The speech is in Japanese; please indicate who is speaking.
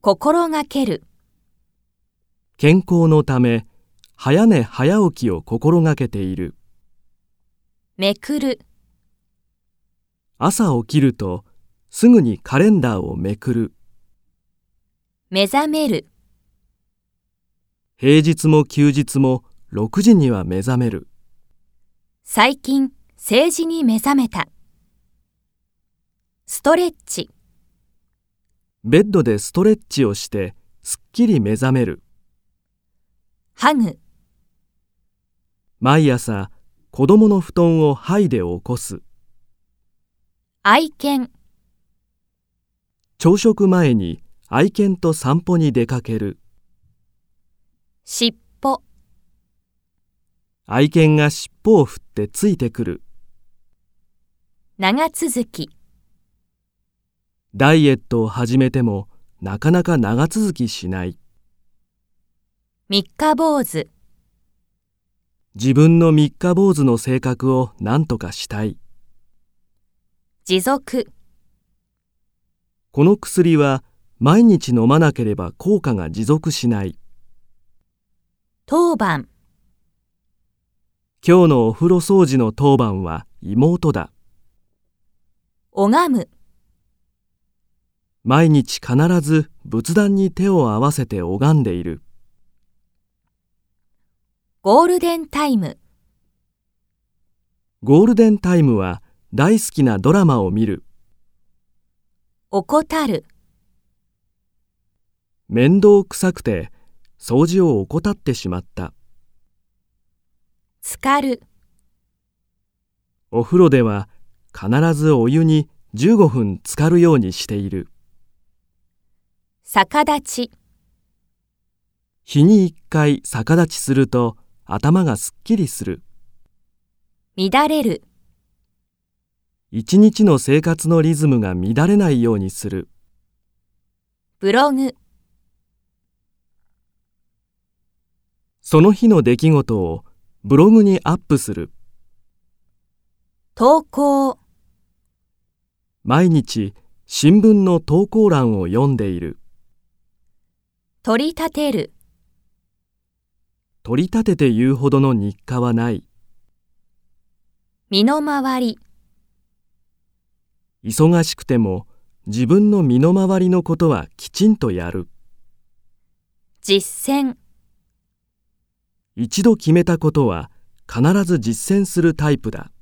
Speaker 1: 心がける、
Speaker 2: 健康のため早寝早起きを心がけている
Speaker 1: めくる、
Speaker 2: 朝起きるとすぐにカレンダーをめくる
Speaker 1: 目覚める、
Speaker 2: 平日も休日も6時には目覚める
Speaker 1: 最近、政治に目覚めた。ストレッチ、
Speaker 2: ベッドでストレッチをしてすっきり目覚める
Speaker 1: ハグ、
Speaker 2: 毎朝子供の布団を剥いで起こす
Speaker 1: 愛犬、
Speaker 2: 朝食前に愛犬と散歩に出かける
Speaker 1: 尻尾、
Speaker 2: 愛犬が尻尾を振ってついてくる
Speaker 1: 長続き、
Speaker 2: ダイエットを始めてもなかなか長続きしない
Speaker 1: 三日坊主、
Speaker 2: 自分の三日坊主の性格を何とかしたい
Speaker 1: 持続、
Speaker 2: この薬は毎日飲まなければ効果が持続しない
Speaker 1: 当番、
Speaker 2: 今日のお風呂掃除の当番は妹だ
Speaker 1: 拝む、
Speaker 2: 毎日必ず仏壇に手を合わせて拝んでいる
Speaker 1: ゴールデンタイム、
Speaker 2: ゴールデンタイムは大好きなドラマを見る
Speaker 1: 怠る、
Speaker 2: 面倒くさくて掃除を怠ってしまった
Speaker 1: 浸かる、
Speaker 2: お風呂では必ずお湯に15分浸かるようにしている
Speaker 1: 逆立ち、
Speaker 2: 日に1回逆立ちすると頭がすっきりする
Speaker 1: 乱れる、
Speaker 2: 一日の生活のリズムが乱れないようにする
Speaker 1: ブログ、
Speaker 2: その日の出来事をブログにアップする
Speaker 1: 投稿、
Speaker 2: 毎日新聞の投稿欄を読んでいる
Speaker 1: 取り立てる、
Speaker 2: 取り立てて言うほどの日課はない
Speaker 1: 身の回り、
Speaker 2: 忙しくても自分の身の回りのことはきちんとやる
Speaker 1: 実践、
Speaker 2: 一度決めたことは必ず実践するタイプだ